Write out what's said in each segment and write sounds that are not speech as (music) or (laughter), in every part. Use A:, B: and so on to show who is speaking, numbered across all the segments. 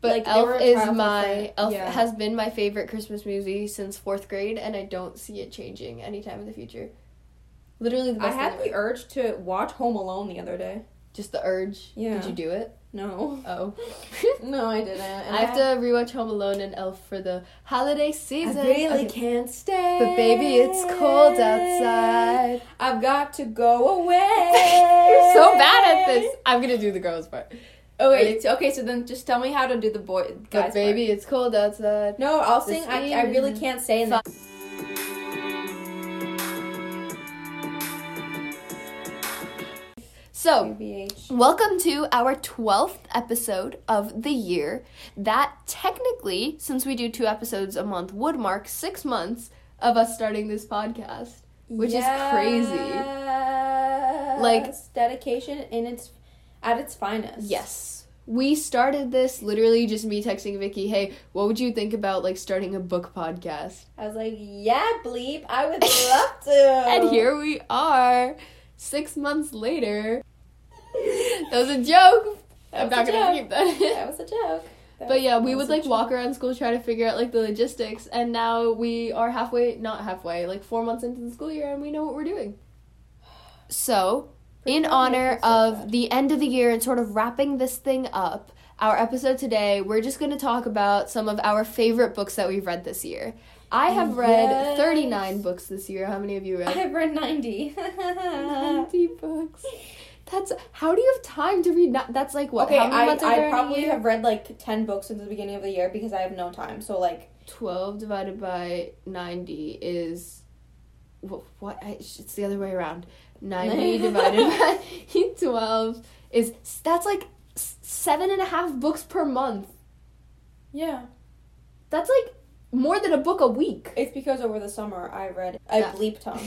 A: But
B: Like, they were
A: Elf
B: a
A: is
B: trial for
A: my
B: it.
A: Elf
B: Yeah.
A: has been my favorite Christmas movie since fourth grade, and I don't see it changing anytime in the future. Literally, the
B: I
A: best
B: had
A: thing
B: the
A: ever.
B: urge to watch Home Alone the other day.
A: just the urge.
B: Yeah.
A: Did you do it?
B: No. (laughs)
A: Oh. (laughs)
B: No, I didn't. And
A: I have to rewatch Home Alone and Elf for the holiday
B: I
A: season. Okay.
B: really can't stay.
A: But baby, it's cold outside. (laughs)
B: I've got to go away.
A: You're so bad at this. I'm gonna do the girls part.
B: Oh wait. so- okay, so then just tell me how to do the boy guys.
A: But baby, it's cold outside.
B: part. No, I'll
A: This
B: sing. I, I really
A: evening.
B: can't say. in the-
A: So,
B: BBH.
A: welcome to our 12th episode of the year. That technically, since we do two episodes a month, would mark six months of us starting this podcast, which is crazy. Like-
B: Yes, dedication in its at its finest.
A: Yes. We started this literally just me texting Vicky, hey, what would you think about like starting a book podcast?
B: I was like, yeah, bleep.
A: (laughs)
B: I would love to.
A: And here we are, six months later. (laughs) that was a joke. I'm
B: That
A: not
B: was a
A: gonna
B: joke.
A: keep that. (laughs) in.
B: That was a (laughs) joke.
A: But
B: That was-
A: yeah,
B: that
A: we
B: was
A: would
B: a
A: like
B: joke.
A: walk around school trying to figure out like the logistics, and now we are halfway, not halfway, like four months into the school year, and we know what we're doing. So, in
B: Pretty
A: honor
B: cool, I feel so
A: of the end of the year and sort of wrapping this thing up, our episode today, we're just gonna talk about some of our favorite books that we've read this year. I have read
B: Yes.
A: 39 books this year. How many have you read? (laughs)
B: I've read ninety.
A: 90 books. That's how do you have time to read? Not, that's like what?
B: okay,
A: how many
B: I,
A: months are there in
B: I
A: a
B: probably
A: year?
B: have read like ten books since the beginning of the year because I have no time. So like,
A: 12 divided by 90 is what? what I, it's the other way around. (laughs) 90 divided by 12 is that's like s- seven and a half books per month.
B: yeah,
A: That's like more than a book a week.
B: it's because over the summer I read I
A: Yeah.
B: bleep
A: (laughs)
B: ton.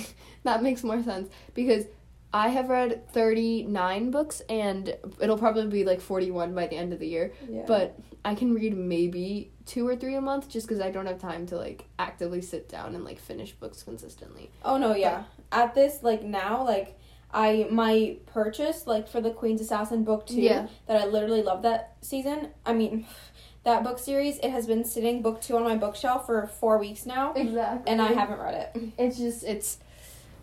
A: That makes more sense because I have read 39 books and it'll probably be like 41 by the end of the year.
B: Yeah.
A: but I can read maybe two or three a month just because I don't have time to like actively sit down and like finish books consistently.
B: oh no, yeah. At this like now like. I my purchase like for the Queen's Assassin book two
A: Yeah.
B: that I literally love that season. I mean, (sighs) that book series it has been sitting book two on my bookshelf for four weeks now,
A: Exactly.
B: and I haven't read it.
A: It's just it's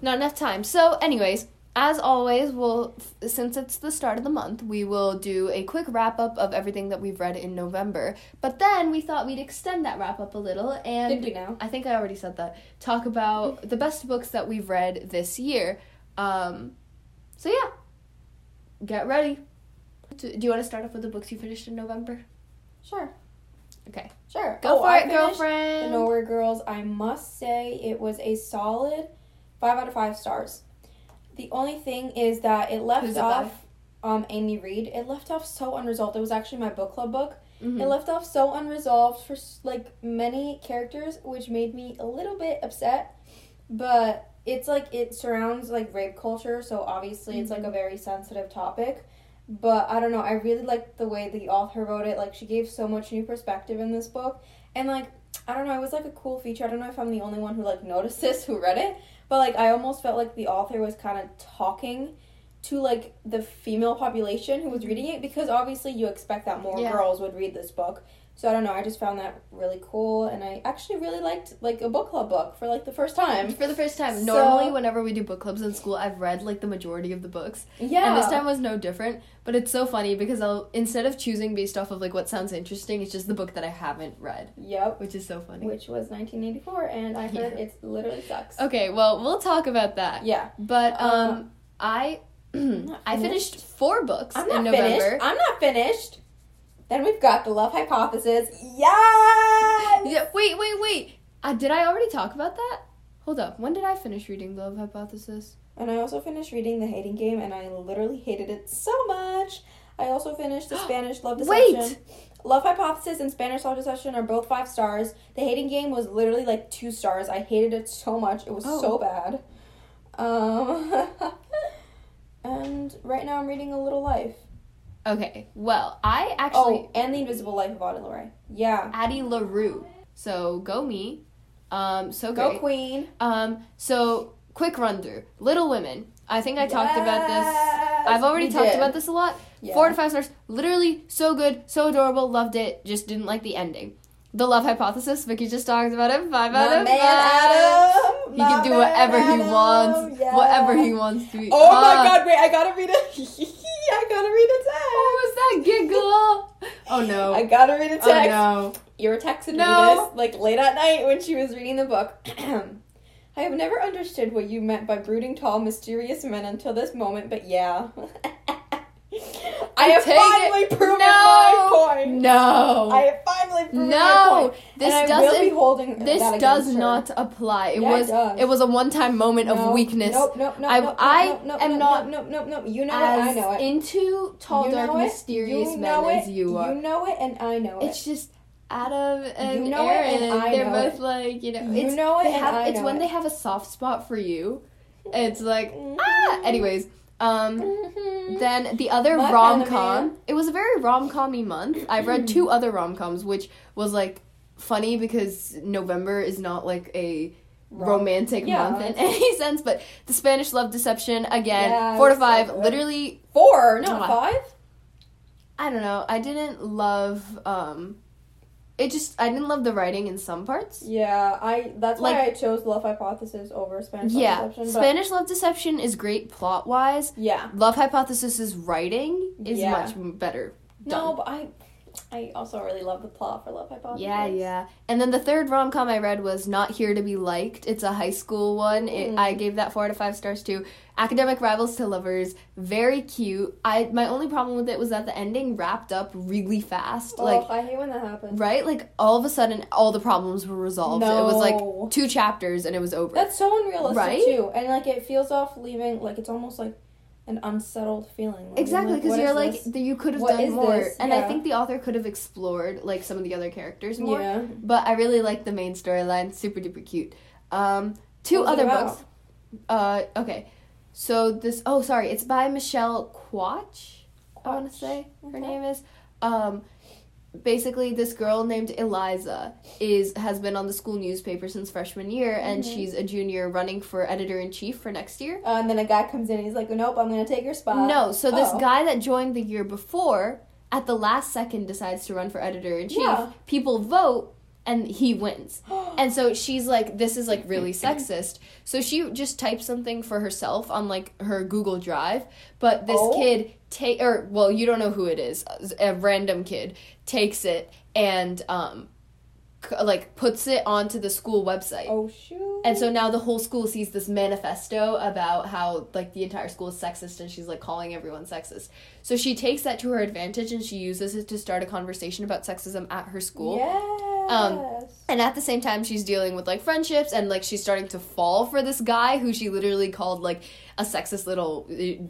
A: not enough time. So, anyways. As always, we'll f- since it's the start of the month, we will do a quick wrap up of everything that we've read in November. But then we thought we'd extend that wrap up a little and
B: Did we now?
A: I think I already said that. Talk about the best books that we've read this year. Um, so yeah, get ready. Do do you want to start off with the books you finished in November?
B: Sure.
A: Okay.
B: Sure.
A: Go
B: Oh,
A: for
B: I
A: it,
B: finished The
A: girlfriend.
B: Nowhere Girls. I must say it was a solid five out of five stars. The only thing is that it left
A: Who's it by?
B: off um Amy Reed. It left off so unresolved. It was actually my book club book.
A: Mhm.
B: It left off so unresolved for s- like many characters, which made me a little bit upset. But it's like it surrounds like rape culture, so obviously it's like a very sensitive topic. But I don't know. I really liked the way the author wrote it. Like she gave so much new perspective in this book, and like I don't know. It was like a cool feature. I don't know if I'm the only one who like noticed (laughs) this who read it, but like I almost felt like the author was kind of talking to like the female population who was reading it because obviously you expect that more
A: Yeah.
B: girls would read this book. So I don't know, I just found that really cool and I actually really liked like a book club book for like the first time.
A: For the first time,
B: So-
A: normally whenever we do book clubs in school, I've read like the majority of the books,
B: Yeah.
A: and this time was no different. But it's so funny because I'll instead of choosing based off of like what sounds interesting, it's just the book that I haven't read,
B: Yep.
A: which is so funny.
B: Which was 1984 and I heard it literally sucks.
A: Okay, well we'll talk about that.
B: Yeah.
A: But um,
B: Um,
A: I (clears throat) I finished four books in
B: I'm not
A: November.
B: finished. I'm not finished. Then we've got The Love Hypothesis. Yes!
A: Yeah, wait, wait, wait. Uh, did I already talk about that? Hold up. When did I finish reading Love Hypothesis?
B: And I also finished reading The Hating Game, and I literally hated it so much. I also
A: (gasps)
B: finished The Spanish Love Deception.
A: Wait!
B: Love Hypothesis and Spanish Love Deception are both five stars. The Hating Game was literally like two stars. I hated it so much. It was
A: Oh.
B: so bad. Um, (laughs) and right now I'm reading A Little Life.
A: Okay. Well, I actually
B: oh, and The Invisible Life of Audie Lorde. Yeah.
A: Addie LaRue. So go me. Um. So
B: Go
A: great.
B: Queen.
A: um. So quick run through. Little Women. I think I talked about this.
B: Yes,
A: I've already
B: we
A: talked
B: did.
A: about this a lot,
B: Yeah.
A: Four to five stars. Literally so good, so adorable. Loved it. Just didn't like the ending. The love hypothesis. Vicky just talked about it. Five out
B: My
A: of
B: man
A: five.
B: Adam.
A: He can do
B: My man
A: whatever he
B: Adam.
A: wants.
B: Yeah.
A: Whatever he wants to be.
B: Oh my
A: Ah.
B: god, wait, I gotta read a (laughs) I gotta read a text.
A: What was that giggle? oh no.
B: I gotta read a text.
A: Oh
B: You were texting
A: No.
B: me this like late at night when she was reading the book. (clears throat) I have never understood what you meant by brooding tall, mysterious men until this moment, but yeah. (laughs) I have
A: Take it.
B: finally proven
A: No.
B: my
A: no.
B: point.
A: No.
B: I have finally proven my
A: no.
B: point.
A: This
B: and I will be
A: doesn't
B: holding that
A: this
B: against
A: does
B: her.
A: not apply. It
B: Yeah, it
A: was
B: does.
A: was a one-time moment
B: No,
A: of weakness.
B: Nope, nope, nope,
A: I-
B: nope,
A: I
B: nope, nope,
A: am
B: nope,
A: not
B: nope, nope, nope, nope. You know it,
A: as
B: I know it.
A: into tall,
B: You
A: dark,
B: know it.
A: mysterious
B: you
A: men
B: know
A: as
B: it.
A: you are.
B: You know it, and I know it.
A: it's just Adam and
B: You know it,
A: Aaron.
B: and I
A: they're
B: know
A: both
B: it.
A: like you know.
B: You
A: it's,
B: know it,
A: they
B: and
A: have-
B: I
A: It's
B: know
A: when
B: it.
A: they have a soft spot for you. It's like ah. Anyways, um,
B: (laughs) Mm-hmm.
A: then the other
B: My
A: rom
B: kind of
A: com. It was a very rom commy month. I've read two other rom coms, which was like funny because November is not like a
B: Rom-
A: romantic
B: Yeah.
A: month in (laughs) any sense. But the Spanish Love Deception again,
B: Yeah,
A: four to
B: so
A: five.
B: good.
A: literally,
B: Four, not
A: Not
B: five.
A: I don't know. I didn't love. um It just I didn't love the writing in some parts.
B: Yeah, I. That's why
A: Like-
B: I chose Love Hypothesis over Spanish Love
A: Yeah,
B: Deception. but-
A: Spanish Love Deception is great plot wise.
B: Yeah.
A: Love Hypothesis's writing is
B: Yeah.
A: much better.
B: No, but I. I also really love the plot for Love Hypothesis.
A: Yeah, yeah. And then the third rom com I read was Not Here to Be Liked. It's a high school one. It,
B: Mm.
A: I gave that four out of five stars too. Academic Rivals to Lovers, very cute. I my only problem with it was that the ending wrapped up really fast.
B: Oh,
A: Like
B: I hate when that happens.
A: right, like all of a sudden all the problems were resolved. It was
B: No.
A: like two chapters and it was over.
B: That's so unrealistic
A: Right?
B: too, and like it feels off leaving. Like it's almost like an unsettled feeling. Like,
A: Exactly, because
B: what
A: you're
B: is
A: like
B: this?
A: th- you could have
B: What
A: done
B: is
A: more,
B: this?
A: and I
B: Yeah.
A: think the author could have explored like some of the other characters more.
B: yeah.
A: Mm-hmm. But I really like the main storyline. Super duper cute. Um, two
B: What's it
A: other
B: about?
A: books. Uh, okay. So this. Oh, sorry. It's by Michelle Quach. I want to say her
B: Okay.
A: name is. Um, basically, this girl named Eliza is has been on the school newspaper since freshman year, and
B: Mhm.
A: she's a junior running for editor in chief for next year.
B: Uh, and then a guy comes in. and He's like, "Nope, I'm gonna take your spot."
A: no. So this
B: oh.
A: guy that joined the year before at the last second decides to run for editor in chief.
B: Yeah.
A: People vote, and he
B: (gasps)
A: wins. And so she's like, this is like really sexist. So she just types something for herself on like her Google Drive. But this
B: Oh.
A: kid take or well, you don't know who it is. Uh, A random kid takes it and um, c- like puts it onto the school website.
B: oh shoot.
A: And so now the whole school sees this manifesto about how like the entire school is sexist and she's like calling everyone sexist. So she takes that to her advantage and she uses it to start a conversation about sexism at her school.
B: Yes.
A: Um, And at the same time, she's dealing with like friendships and like she's starting to fall for this guy who she literally called like a sexist little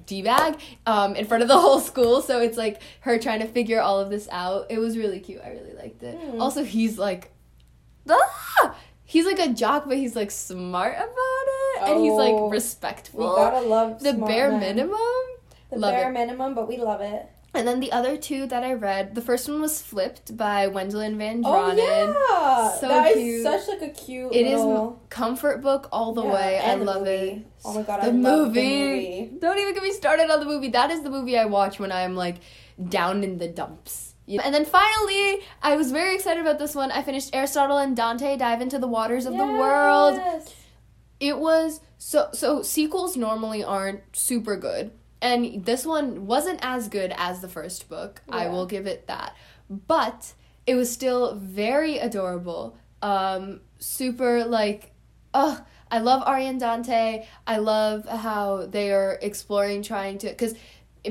A: d bag um, in front of the (laughs) whole school. So it's like her trying to figure all of this out. It was really cute. I really liked it.
B: Hmm.
A: Also, he's like, ah! he's like a jock, but he's like smart about it and he's
B: Oh.
A: like
B: we
A: respectful.
B: gotta love
A: The
B: smart
A: bare
B: men.
A: minimum.
B: The
A: Love
B: bare
A: it.
B: minimum, but we love it.
A: And then the other two that I read, the first one was Flipped by Wendelin Van Dranen.
B: Oh yeah,
A: So
B: that is
A: cute.
B: such like a cute.
A: It is
B: little,
A: comfort book all the
B: Yeah,
A: way. I
B: and the
A: love it.
B: movie. Oh my God,
A: the
B: I love the movie.
A: Don't even get me started on the movie. That is the movie I watch when I'm like down in the dumps. You know? And then finally, I was very excited about this one. I finished Aristotle and Dante dive into the waters of the world.
B: Yes.
A: It was so so sequels normally aren't super good. And this one wasn't as good as the first book. I
B: Yeah.
A: will give it that. But it was still very adorable. Um super like ugh I love Ari and Dante. I love how they are exploring trying to cuz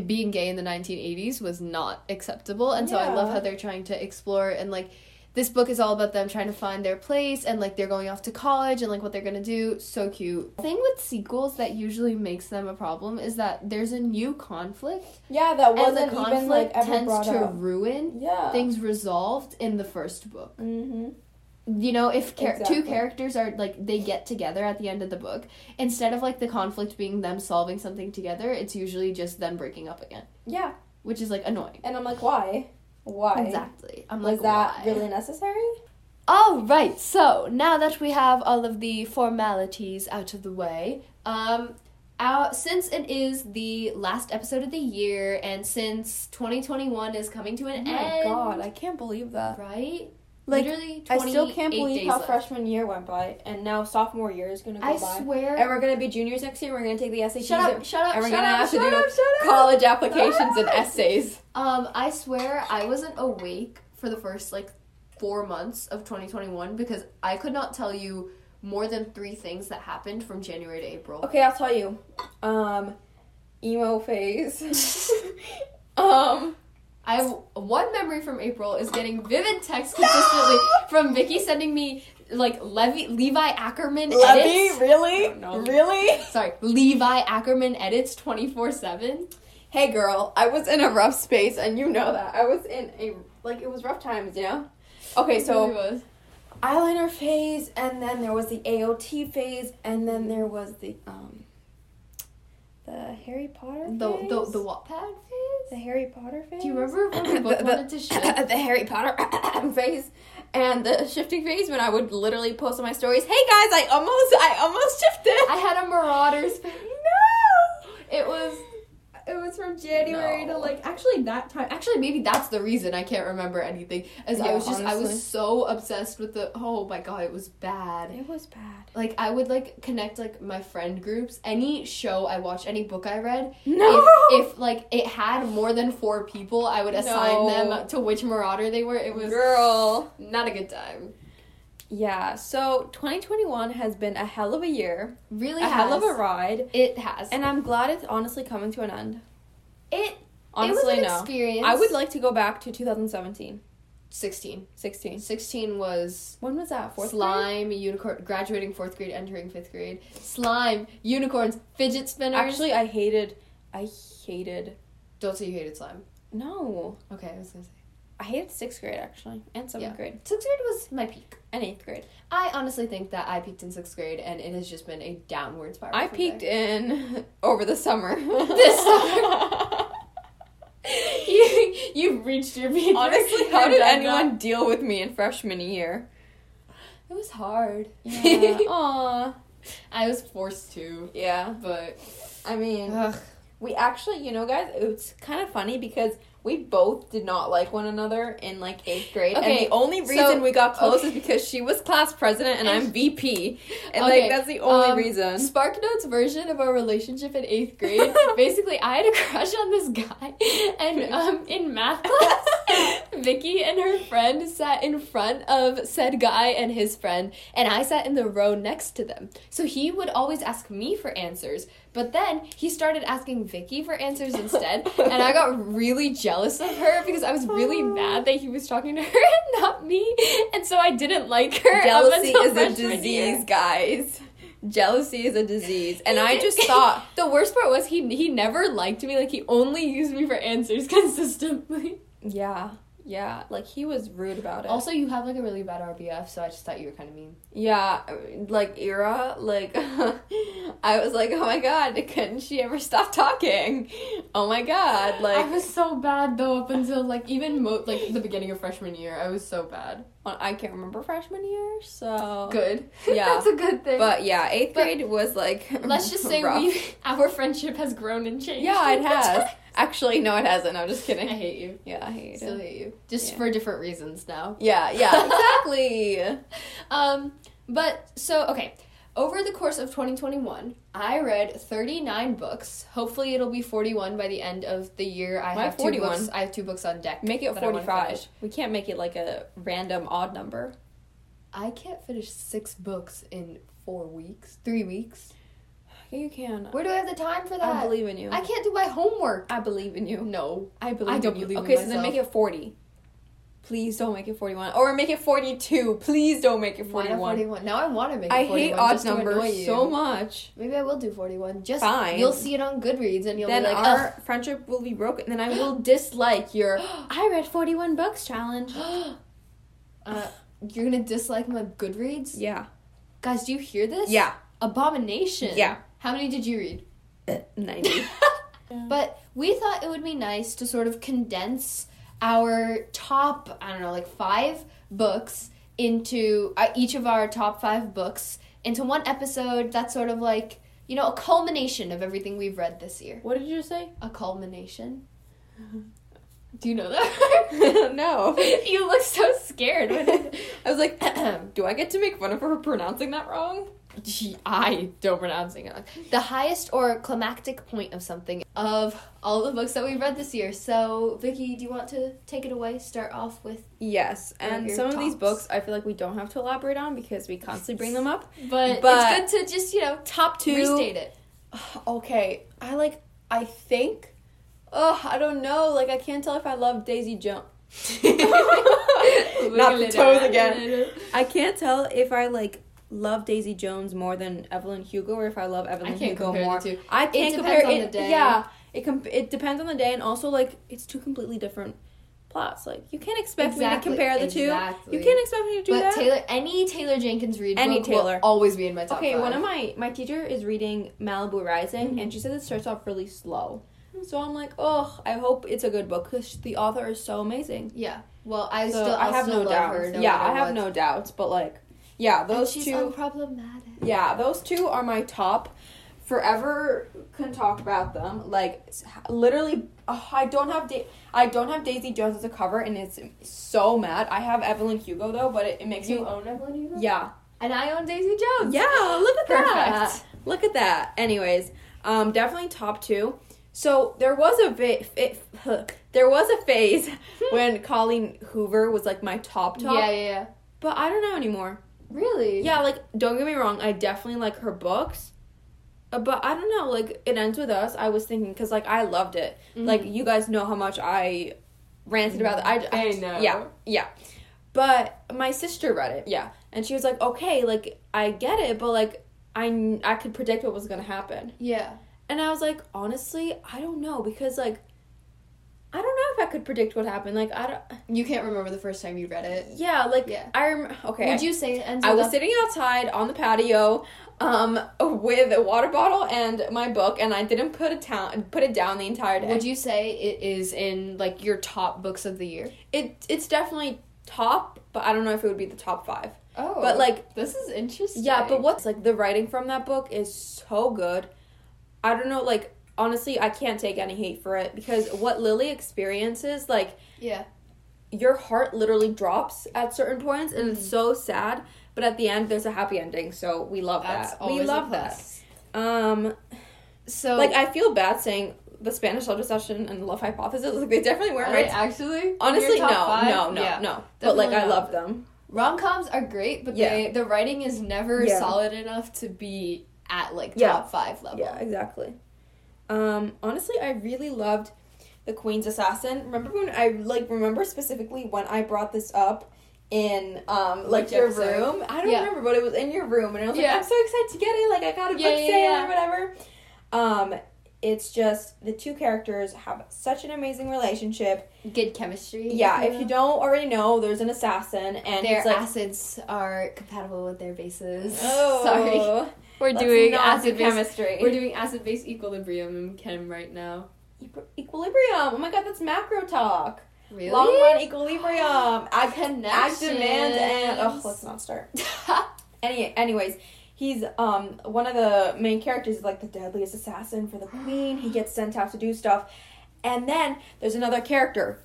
A: being gay in the 1980s was not acceptable and so I love
B: Yeah.
A: how they're trying to explore and like this book is all about them trying to find their place and like they're going off to college and like what they're gonna do. So cute. The thing with sequels that usually makes them a problem is that there's a new conflict
B: Yeah, that
A: and the
B: wasn't
A: conflict
B: even like ever
A: tends
B: brought
A: to
B: up.
A: ruin
B: Yeah.
A: things resolved in the first book.
B: Mm-hmm.
A: You know, if char-
B: Exactly.
A: two characters are like they get together at the end of the book, instead of like the conflict being them solving something together, it's usually just them breaking up again,
B: Yeah,
A: which is like annoying.
B: and I'm like, why? Why?
A: Exactly. I'm
B: Was
A: like,
B: that
A: why?
B: really necessary?
A: All right, so now that we have all of the formalities out of the way, um, out since it is the last episode of the year and since 2021 is coming to an
B: Oh my
A: end.
B: god, I can't believe that.
A: Right?
B: Like,
A: Literally 28
B: I still can't believe
A: days
B: how
A: left.
B: freshman year went by, and now sophomore year is gonna go
A: I
B: by.
A: swear.
B: And we're gonna be juniors next year. We're gonna take the SATs,
A: shut up, shut up,
B: and we're
A: shut
B: gonna
A: up,
B: have to
A: shut
B: do
A: up, shut up.
B: college applications and
A: Shut up.
B: essays.
A: Um, I swear I wasn't awake for the first like four months of 2021 because I could not tell you more than three things that happened from January to (laughs) April.
B: Okay, I'll tell you. Um,
A: (laughs)
B: emo phase. um,
A: I one memory from April is getting vivid texts consistently from Vicky sending me like Levi Levi Ackerman edits. I
B: really,
A: don't know.
B: really.
A: Sorry, Levi Ackerman edits 24/7.
B: Hey girl, I was in a rough space and you know that. I was in a like it was rough times, you know? Okay,
A: Really
B: so
A: was.
B: eyeliner phase and then there was the AOT phase and then there was the um the Harry Potter
A: the
B: phase?
A: the the Wattpad
B: The
A: phase.
B: Harry Potter phase?
A: Do you remember when (coughs)
B: (coughs)
A: we both
B: The- the-
A: wanted to shift?
B: the Harry Potter (coughs) phase and the shifting phase when I would literally post on my stories, "Hey guys, I almost I almost shifted."
A: I had a Marauders phase.
B: (laughs) no.
A: It was it was from January
B: No.
A: to like actually that time. Actually, maybe that's the reason I can't remember anything. As I
B: Yeah,
A: was just I
B: honestly.
A: was so obsessed with the oh my god, it was bad.
B: It was bad.
A: Like I would like connect like my friend groups. Any show I watched, any book I read,
B: (laughs) No.
A: if, if like it had more than four people, I would assign
B: No.
A: them to which marauder they were. It was
B: girl.
A: not a good time.
B: Yeah, so 2021 has been a hell of a year,
A: Really
B: a
A: has.
B: hell of a ride,
A: it has.
B: and I'm glad it's honestly coming to an end.
A: it
B: Honestly,
A: it was an
B: no.
A: experience.
B: I would like to go back to 2017,
A: 16.
B: 16.
A: 16 was
B: When was that? Fourth grade?
A: slime, unicorn, graduating fourth grade, entering fifth grade. Slime, unicorns, fidget spinners.
B: Actually, I hated, I hated,
A: don't say you hated slime.
B: no,
A: Okay, I was gonna say
B: I hated sixth grade actually, and seventh
A: Yeah.
B: grade,
A: sixth grade was my peak.
B: and eighth grade.
A: I honestly think that I peaked in sixth grade, and it has just been a downward spiral.
B: I
A: from
B: peaked
A: there.
B: in (laughs) over the summer.
A: This
B: (laughs)
A: summer. (laughs) you you've reached your peak.
B: Honestly,
A: You're
B: how did
A: done now.
B: anyone deal with me in freshman year?
A: It was hard.
B: (laughs) Yeah. Aw.
A: (laughs) I was forced to,
B: Yeah.
A: but
B: I mean.
A: ugh,
B: We actually, you know, guys, it's kind of funny because we both did not like one another in like eighth grade.
A: Okay,
B: and the only
A: so-
B: reason we got close
A: okay.
B: is because she was class president and,
A: And-
B: I'm VP. And
A: Okay,
B: like, that's the only
A: um,
B: reason.
A: Spark Notes version of our relationship in eighth
B: (laughs)
A: grade. Basically, I had a crush on this guy, and um, in math class,
B: (laughs)
A: Vicky and her friend sat in front of said guy and his friend, and I sat in the row next to them. So he would always ask me for answers, but then he started asking Vicky for answers instead, and I got really jealous of her because I was really
B: Oh.
A: mad that he was talking to her and not me, and so I didn't like her. up
B: (laughs) Jealousy
A: until
B: is a
A: freshman year.
B: disease, guys. Jealousy is a disease. And
A: (laughs)
B: I just thought,
A: the worst part was he he never liked me. Like he only used me for answers (laughs) consistently.
B: yeah, yeah, like he was rude about it.
A: Also, you have like a really bad RBF, so I just thought you were kind of mean.
B: yeah, like era, like (laughs) I was like, oh my god, couldn't she ever stop talking? Oh my god, like
A: I was so bad though up until like even mo- like the beginning of freshman year. I was so bad.
B: Well, I can't remember freshman year, so
A: (laughs) Good.
B: Yeah.
A: that's a good thing.
B: But yeah, eighth
A: But-
B: grade was like. (laughs)
A: let's just say (laughs)
B: rough.
A: we our friendship has grown and changed.
B: Yeah,
A: (laughs)
B: it
A: over
B: has.
A: time.
B: Actually, no, it hasn't. I'm just
A: I
B: kidding.
A: hate you.
B: Yeah, I hate
A: Still
B: it.
A: hate you. Just
B: Yeah.
A: for different reasons now. (laughs)
B: Yeah, yeah, exactly.
A: Um, but so okay, over the course of 2021, I read 39 books. Hopefully, it'll be 41 by the end of the year. I
B: Why
A: have
B: 41?
A: two books. I have two books on deck.
B: Make it
A: that I wanna
B: 45.
A: finish.
B: We can't make it like a random odd number.
A: I can't finish six books in four weeks, three weeks.
B: You can.
A: Where do I have the time for that?
B: I believe in you.
A: I can't do my homework.
B: I believe in you.
A: No,
B: I believe.
A: I don't
B: in you.
A: believe in
B: Okay, so then
A: myself.
B: make it 40. Please don't make it 41, or make it 42. Please don't make it
A: why not
B: 41.
A: 41? Now I want to make. It
B: I
A: 41
B: hate odd
A: just to annoy you.
B: numbers so much.
A: Maybe I will do 41. Just
B: Fine.
A: you'll see it on Goodreads and you'll
B: then
A: be like,
B: our friendship will be broken. (gasps) Then I will dislike your (gasps) I read 41 books challenge.
A: "Ugh." (gasps) uh, you're gonna dislike my Goodreads.
B: (gasps) Yeah.
A: Guys, do you hear this?
B: Yeah.
A: Abomination.
B: Yeah. (laughs)
A: How many did you read? (laughs)
B: 90.
A: But we thought it would be nice to sort of condense our top, I don't know, like five books into uh, each of our top five books into one episode that's sort of like you know, a culmination of everything we've read this year.
B: What did you say?
A: A culmination. Do you know
B: (laughs)
A: that?
B: (laughs)
A: (laughs)
B: no.
A: you look so scared. (laughs) when-
B: I was like, do I get to make fun of her for pronouncing that wrong?
A: Gee, I don't pronounce it. wrong. The highest or climactic point of something of all the books that we've read this year. So, Vicky, do you want to take it away? Start off with,
B: Yes,
A: Or
B: and
A: your
B: some of these
A: tops.
B: books I feel like we don't have to elaborate on because we constantly bring them up.
A: but,
B: But-
A: it's good to just you know
B: Top two.
A: restate it.
B: (sighs) Okay, I like. I think. Ugh, I don't know. Like I can't tell if I love Daisy (laughs) Jones. (laughs) Not the toes again. I can't tell if I like love Daisy Jones more than Evelyn Hugo, or if I love Evelyn
A: can't
B: Hugo
A: compare the
B: more.
A: two.
B: I can't
A: depends
B: compare
A: on
B: it.
A: the day.
B: Yeah, it com- it depends on the day, and also like it's two completely different plots. Like you can't expect me to
A: Exactly,
B: compare the two.
A: exactly.
B: You can't expect me to do
A: But
B: that.
A: Taylor, any Taylor Jenkins read
B: Any
A: book
B: Taylor.
A: will always be in my top
B: Okay,
A: five.
B: one of my my teacher is reading Malibu Rising,
A: Mhm.
B: and she said it starts off really slow.
A: Mm-hmm.
B: So I'm like, oh, I hope it's a good book because the author is so amazing.
A: yeah. Well, I
B: so
A: still
B: I have
A: also
B: no
A: love
B: doubts.
A: her. No
B: yeah,
A: matter
B: I have
A: what.
B: no doubts. But like, yeah,
A: And
B: those
A: she's
B: two.
A: unproblematic.
B: yeah, those two are my top. Forever can talk about them. Like, s- literally, oh, I don't have da- I don't have Daisy Jones as a cover, and it's so mad. I have Evelyn Hugo though, but it, it makes me.
A: own Evelyn Hugo?
B: Yeah,
A: And I own Daisy Jones.
B: Oh, yeah, look at that.
A: Perfect.
B: Look at that. Anyways, um, definitely top two. So there was a va- fa- there was a
A: (laughs)
B: phase when Colleen Hoover was like my top top,
A: Yeah, yeah, yeah.
B: but I don't know anymore.
A: Really?
B: Yeah, like don't get me wrong, I definitely like her books, Uh, but I don't know. Like it ends with us. I was thinking because like I loved it.
A: Mm-hmm.
B: Like you guys know how much I ranted about it. I,
A: They know.
B: Yeah, yeah. But my sister read it. Yeah, and she was like, "Okay, like I get it, but like I kn- I could predict what was gonna happen."
A: Yeah.
B: And I was like, honestly, I don't know because like I don't know if I could predict what happened. Like I don't.
A: You can't remember the first time you read it.
B: Yeah, like
A: Yeah.
B: I rem- okay.
A: Would you say it ends
B: I
A: with
B: was
A: a-
B: sitting outside on the patio um, (laughs) with a water bottle and my book, and I didn't put it down. Put it down the entire day.
A: Would you say it is in like your top books of the year?
B: it it's definitely top, but I don't know if it would be the top five.
A: Oh.
B: But like,
A: this is interesting.
B: yeah, but what's like the writing from that book is so good. I don't know, like honestly, I can't take any hate for it because what Lily experiences, like
A: Yeah.
B: your heart literally drops at certain points and
A: Mm-hmm.
B: it's so sad but at the end there's a happy ending so we love
A: That's
B: that
A: always
B: we love
A: a
B: that
A: plus.
B: um
A: So
B: like i feel bad saying the spanish love deception and love hypothesis (laughs) like they definitely weren't
A: are
B: right
A: they actually
B: honestly no,
A: Oh, Your top five?
B: no no
A: Yeah.
B: no but like i
A: Definitely not.
B: love them
A: Rom coms are great, but
B: Yeah.
A: they the writing is never
B: Yeah.
A: solid enough to be at like top
B: Yeah.
A: five level.
B: yeah exactly um honestly i really loved the queen's assassin remember when i like remember specifically when i brought this up in um like
A: Which
B: your
A: episode?
B: room i don't
A: Yeah.
B: remember but it was in your room and i was
A: Yeah.
B: like i'm so excited to get it like i got a
A: Yeah,
B: book
A: yeah,
B: sale
A: yeah.
B: or whatever um it's just the two characters have such an amazing relationship
A: Good chemistry.
B: yeah if you don't already know there's an assassin and
A: their
B: it's like
A: acids are compatible with their
B: (laughs)
A: bases. Sorry.
B: oh
A: We're
B: let's
A: doing
B: not do
A: acid base
B: chemistry
A: We're doing acid base equilibrium in chem right now.
B: Equ- equilibrium oh my god that's macro talk
A: Really?
B: Long run equilibrium. I I demand and oh,
A: Connections.
B: let's not start. (laughs) Any, anyways, he's um one of the main characters is like the deadliest assassin (gasps) for the queen. He gets sent out to do stuff, and then there's another character.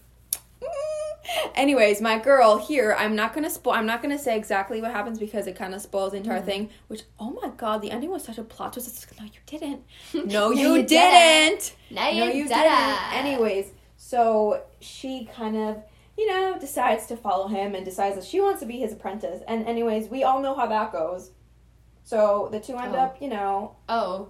B: (laughs) Anyways, my girl here. I'm not gonna spoil. I'm not gonna say exactly what happens because it kind of spoils the entire thing. Which, oh my god, the ending was such a plot twist. It's like, no, you didn't. (laughs) No,
A: you
B: you, didn't.
A: didn't. now
B: No,
A: you,
B: you
A: you
B: didn't. Anyways, so she kind of, you know, decides to follow him and decides that she wants to be his apprentice. And anyways, we all know how that goes. So the two end
A: Oh.
B: up, you know.
A: Oh.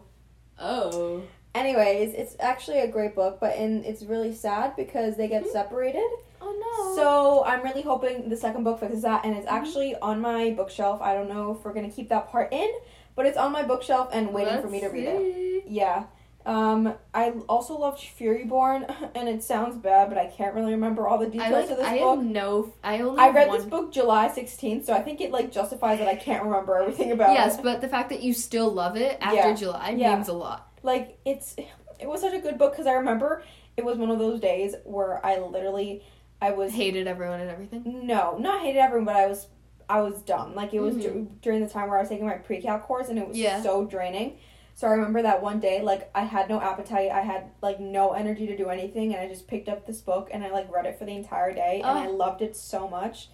A: Oh.
B: Anyways, it's actually a great book, but in it's really sad because they get separated.
A: Oh
B: So I'm really hoping the second book fixes that, and it's actually on my bookshelf. I don't know if we're gonna keep that part in, but it's on my bookshelf and waiting for me to read it. Yeah. Um, I also loved Furyborn, (laughs) and it sounds bad, but I can't really remember all the
A: I
B: details
A: like.
B: of this
A: I
B: book.
A: have no. I only.
B: I
A: have
B: read
A: one.
B: this book July 16th, so I think it like justifies that I can't remember everything about
A: Yes,
B: it.
A: but the fact that you still love it after
B: Yeah.
A: July
B: Yeah.
A: means a lot.
B: Like it's it was such a good book because I remember it was one of those days where I literally I was
A: Hated everyone and everything.
B: no not hated everyone, but I was I was dumb. Like it was
A: Mhm.
B: dur- during the time where I was taking my pre-cal course, and it was
A: Yeah.
B: so draining. So I remember that one day, like I had no appetite, I had like no energy to do anything, and I just picked up this book and I like read it for the entire day, and I
A: Oh.
B: loved it so much.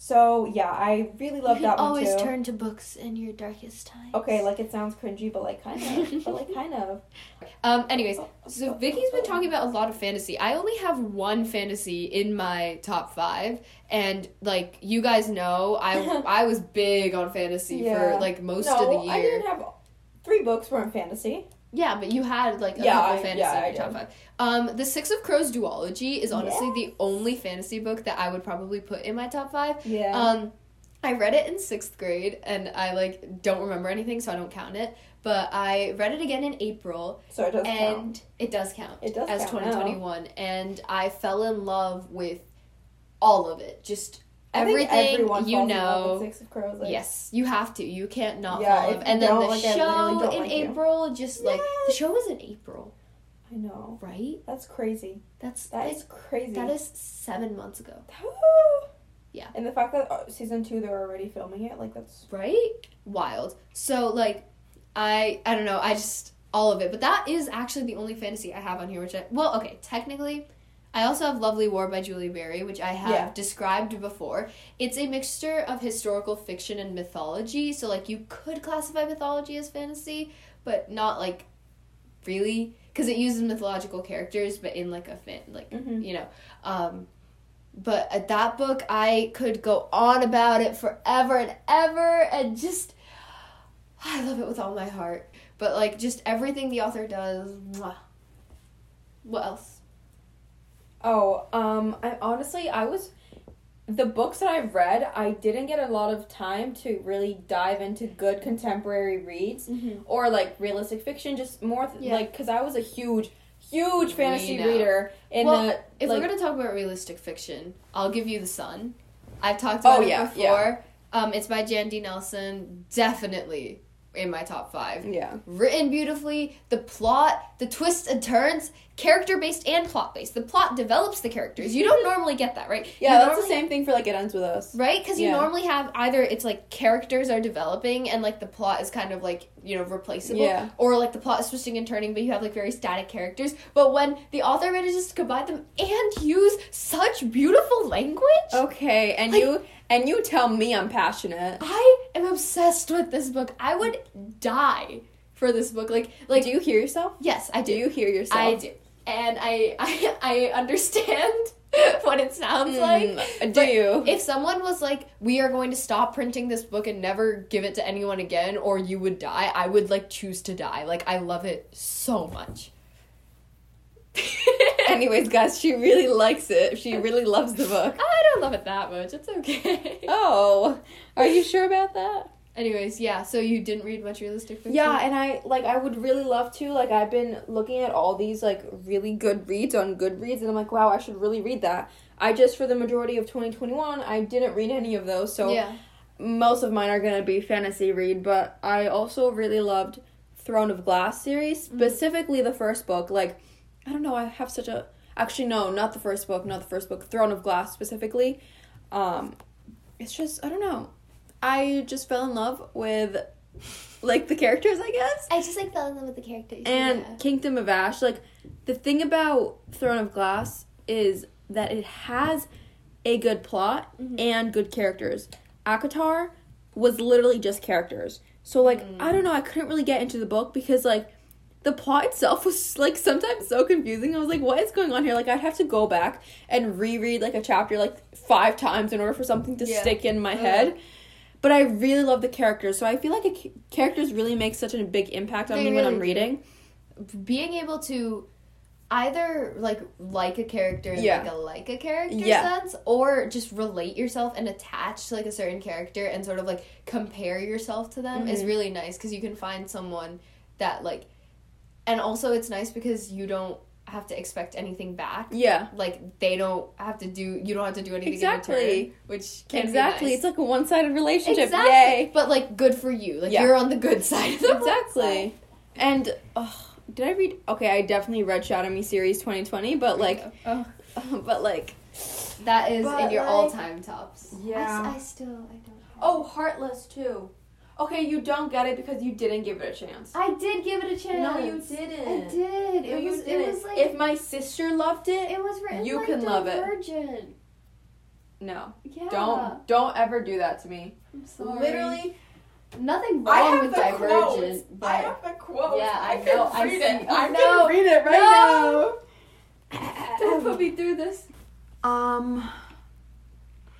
B: So yeah, I really
A: You
B: love
A: can
B: that one
A: always
B: too.
A: turn to books in your darkest times.
B: okay, like it sounds cringy, but like kind of,
A: (laughs)
B: but like kind of.
A: Um. Anyways,
B: oh,
A: so Vicky's been talking about a lot of fantasy. I only have one fantasy in my top five, and like you guys know, I
B: (laughs)
A: I was big on fantasy
B: Yeah.
A: for like most
B: no,
A: of the year.
B: I didn't have three books were in fantasy.
A: Yeah, but you had like a
B: Yeah,
A: couple
B: I-
A: fantasy
B: yeah, I
A: in your top five. Um, the Six of Crows duology is honestly the only fantasy book that I would probably put in my top five.
B: Yeah.
A: Um, I read it in sixth grade, and I like don't remember anything, so I don't count it. But I read it again in April,
B: so it does
A: and
B: count.
A: it does count
B: It does
A: as
B: count oh. now.
A: 2021. And I fell in love with all of it, just
B: I think
A: everything
B: everyone
A: you
B: falls in love
A: know.
B: with Six of Crows. Like,
A: Yes, you have to. You can't not
B: Yeah,
A: fall in
B: if
A: love.
B: you
A: And then
B: don't,
A: the
B: like, I literally
A: show
B: don't
A: in
B: like you.
A: April, just like the
B: Yes.
A: show was in April,
B: I know.
A: right?
B: That's crazy.
A: That's
B: That is crazy.
A: that
B: (gasps)
A: is seven months ago, Yeah.
B: And the fact that uh, season two they're already filming it, like that's
A: right? Wild. So like, I I don't know. I just all of it. But that is actually the only fantasy I have on here. Which I well, okay, technically. I also have Lovely War by Julie Berry, which I have
B: Yeah.
A: described before. It's a mixture of historical fiction and mythology, so like you could classify mythology as fantasy, but not like really because it uses mythological characters but in like a fan like
B: Mhm.
A: you know um but at that book i could go on about it forever and ever and just i love it with all my heart but like just everything the author does mwah. what else
B: oh um I honestly I was the books that I've read I didn't get a lot of time to really dive into good contemporary reads
A: mm-hmm.
B: or like realistic fiction just more th-
A: Yeah.
B: like because I was a huge huge fantasy
A: know.
B: reader in
A: Well,
B: the
A: if
B: like,
A: we're gonna talk about realistic fiction i'll give you the sun i've talked about
B: Oh,
A: it
B: yeah,
A: before
B: yeah.
A: um it's by jan d nelson definitely in my top five
B: yeah
A: written beautifully, the plot, the twists and turns, character based and plot based. The plot develops the characters. You don't normally get that, right?
B: yeah
A: You
B: that's the
A: normally-
B: same thing for like it ends with us
A: Right? Because you
B: Yeah.
A: normally have either it's like characters are developing and like the plot is kind of like, you know, replaceable.
B: Yeah.
A: Or like the plot is twisting and turning, but you have like very static characters. But when the author manages to combine them and use such beautiful language,
B: Oh. okay and
A: Like-
B: you and you tell me I'm passionate
A: I am obsessed with this book. I would die for this book. Like, like,
B: do you hear yourself
A: yes, I do.
B: do you hear yourself
A: I do, and I (laughs) I, I understand (laughs) what it sounds like.
B: Mm, do
A: but
B: you
A: If someone was like, "We are going to stop printing this book and never give it to anyone again, or you would die," I would like choose to die. Like I love it so much. (laughs)
B: Anyways, guys, she really likes it. She really loves the book.
A: I don't love it that much. It's okay.
B: Oh, are you sure about that?
A: Anyways, yeah. So you didn't read much realistic fiction.
B: Yeah, and I like I would really love to. Like I've been looking at all these like really good reads on Goodreads and I'm like, wow, I should really read that. I just for the majority of 2021, I didn't read any of those. So
A: yeah.
B: most of mine are going to be fantasy read, but I also really loved Throne of Glass series, specifically the first book. Like, I don't know, I have such a actually no, not the first book, not the first book, Throne of Glass specifically. Um it's just I don't know. I just fell in love with like the characters, I guess.
A: I just like fell in love with the characters.
B: And Kingdom of Ash, like the thing about Throne of Glass is that it has a good plot
A: Mm-hmm.
B: and good characters. Akatar was literally just characters. So like
A: Mm.
B: I don't know, I couldn't really get into the book because like the plot itself (laughs) was like sometimes so confusing. I was like, what is going on here? Like I'd have to go back and reread like a chapter like five times in order for something to
A: Yeah. Uh-huh.
B: stick in my
A: Ugh.
B: head. But I really love the characters, so I feel like a ca- characters really make such a big impact on
A: They
B: me when
A: really
B: I'm
A: do.
B: reading.
A: being able to either like like a character in
B: Yeah.
A: like a like a character
B: Yeah.
A: sense or just relate yourself and attach to like a certain character and sort of like compare yourself to them is
B: Mhm.
A: really nice because you can find someone that like and also it's nice because you don't have to expect anything back
B: Yeah.
A: like they don't have to do you don't have to do anything in
B: Exactly.
A: return which can
B: exactly.
A: be nice.
B: It's like a one sided relationship.
A: exactly
B: Yay.
A: but like good for you like
B: Yeah.
A: you're on the good (laughs) side of the
B: Exactly. And oh, did I read okay, I definitely read Shadow Me series twenty twenty, but like
A: oh.
B: (laughs) but like
A: That is in
B: But,
A: your
B: like-
A: all-time tops.
B: Yeah.
A: I, s- I still I don't. Have
B: Oh, Heartless too. Okay, you don't get it because you didn't give it a chance.
A: I did give it a chance.
B: No, you didn't.
A: I did.
B: No,
A: it
B: you
A: was.
B: didn't.
A: It was like
B: if my sister loved it,
A: it was written.
B: you
A: like
B: can love it.
A: Divergent.
B: no.
A: Yeah.
B: Don't don't ever do that to me.
A: I'm sorry.
B: Literally,
A: nothing
C: I
A: wrong
C: have
A: with
C: the
A: Divergent,
C: quotes.
A: but
C: I have the quote.
A: Yeah, I
C: I,
A: know,
C: can
A: I
C: read
A: see.
C: it. I
A: No,
C: can read it right
A: no. (laughs)
B: don't put me through this.
C: now. Um,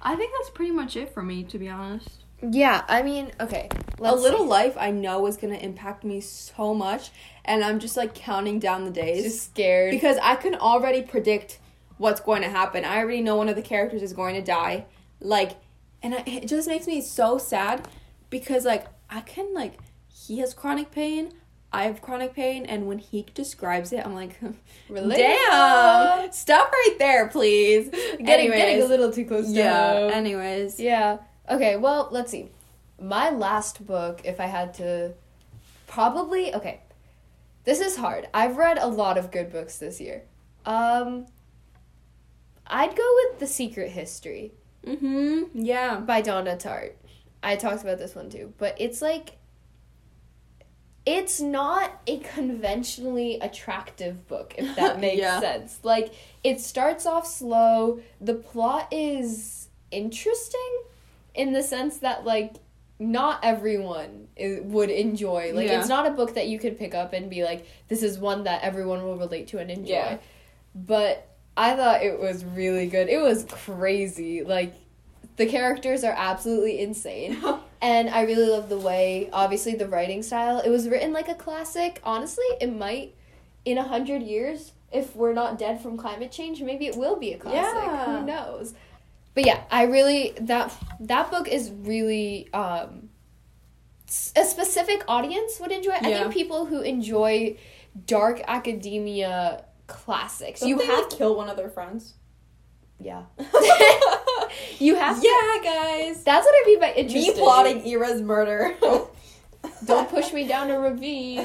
C: I think that's pretty much it for me, to be honest.
A: yeah. I mean, okay.
B: a little life I know is gonna impact me so much, and I'm just like counting down the days
A: just scared.
B: because I can already predict what's going to happen. I already know one of the characters is going to die, like, and I, it just makes me so sad because like I can like he has chronic pain, I have chronic pain, and when he describes it, I'm like, (laughs) damn, stop right there, please.
A: Getting, getting a
B: Anyways,
A: little too close.
B: yeah.
A: To home.
B: Anyways,
A: Yeah. Okay, well, let's see. My last book, if I had to probably okay. This is hard. I've read a lot of good books this year. Um I'd go with The Secret History
B: hmm
A: Mm-hmm,
B: yeah.
A: by Donna Tartt. I talked about this one too, but it's like it's not a conventionally attractive book, if
B: (laughs)
A: that makes
B: Yeah.
A: sense. Like it starts off slow. The plot is interesting in the sense that like not everyone i- would enjoy. Like
B: Yeah.
A: it's not a book that you could pick up and be like, this is one that everyone will relate to and enjoy.
B: Yeah.
A: But I thought it was really good. It was crazy. Like the characters are absolutely
B: (laughs)
A: insane. And I really love the way, obviously, the writing style. It was written like a classic. Honestly, it might, in a hundred years, if we're not dead from climate change, maybe it will be a classic.
B: Yeah.
A: Who knows? But yeah, I really that that book is really um, s- a specific audience would enjoy. I
B: Yeah.
A: think people who enjoy dark academia classics.
B: Don't
A: you
B: they,
A: have
B: like, kill one of their friends.
A: yeah.
B: (laughs) yeah,
A: You have to.
B: guys.
A: That's what I mean by interesting.
B: Me plotting Ira's murder.
A: (laughs) Don't push me down a
B: (laughs)
A: ravine.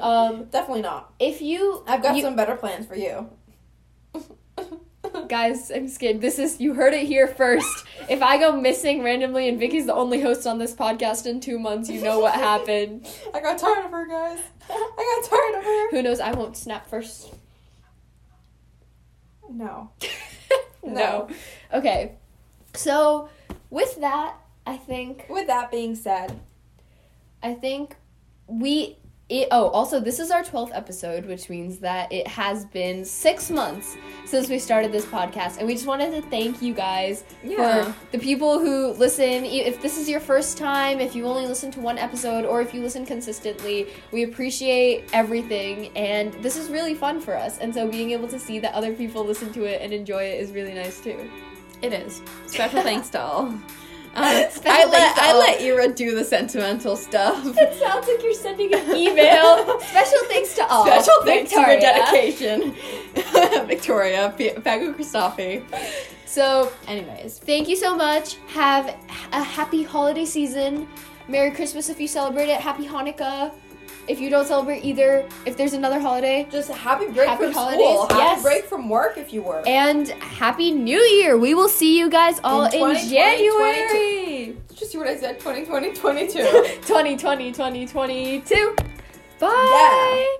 A: Um,
B: Definitely not.
A: If you,
B: I've got
A: you-
B: some better plans for you.
A: guys. I'm scared. This is you heard it here first. if I go missing randomly and Vicky's the only host on this podcast in two months, you know
B: (laughs)
A: what happened.
B: I got tired of her, guys. I got tired of her.
A: Who knows? I won't snap first. (laughs)
B: No.
A: no. Okay. So with that, I think
B: With that being said,
A: I think we. It, oh, also, this is our 12th episode, which means that it has been six months since we started this podcast. And we just wanted to thank you guys
B: Yeah.
A: for the people who listen. E- If this is your first time, if you only listen to one episode, or if you listen consistently, we appreciate everything. And this is really fun for us. And so being able to see that other people listen to it and enjoy it is really nice too.
B: it is.
A: (laughs)
B: thanks to all. (laughs) Um,
A: Uh, Special thanks to all.
B: Ira do the sentimental stuff.
A: It sounds like you're sending an
B: (laughs)
A: email. (laughs) Special thanks to all.
B: Special thanks
A: Victoria.
B: to your dedication, (laughs) Victoria P- Pago Christophe.
A: So
B: Anyways,
A: Thank you so much. Have a happy holiday season. Merry Christmas if you celebrate it. Happy Hanukkah if you don't celebrate either. If there's another holiday.
B: just a happy break
A: Happy
B: from
A: holidays,
B: school. Happy
A: yes.
B: break from work if you work.
A: And Happy New Year. We will see you guys all in,
B: 2020,
A: January.
B: Did you see what I
A: (laughs)
B: said? 2020, 22.
A: 2020, 2022. Bye.
B: Yeah.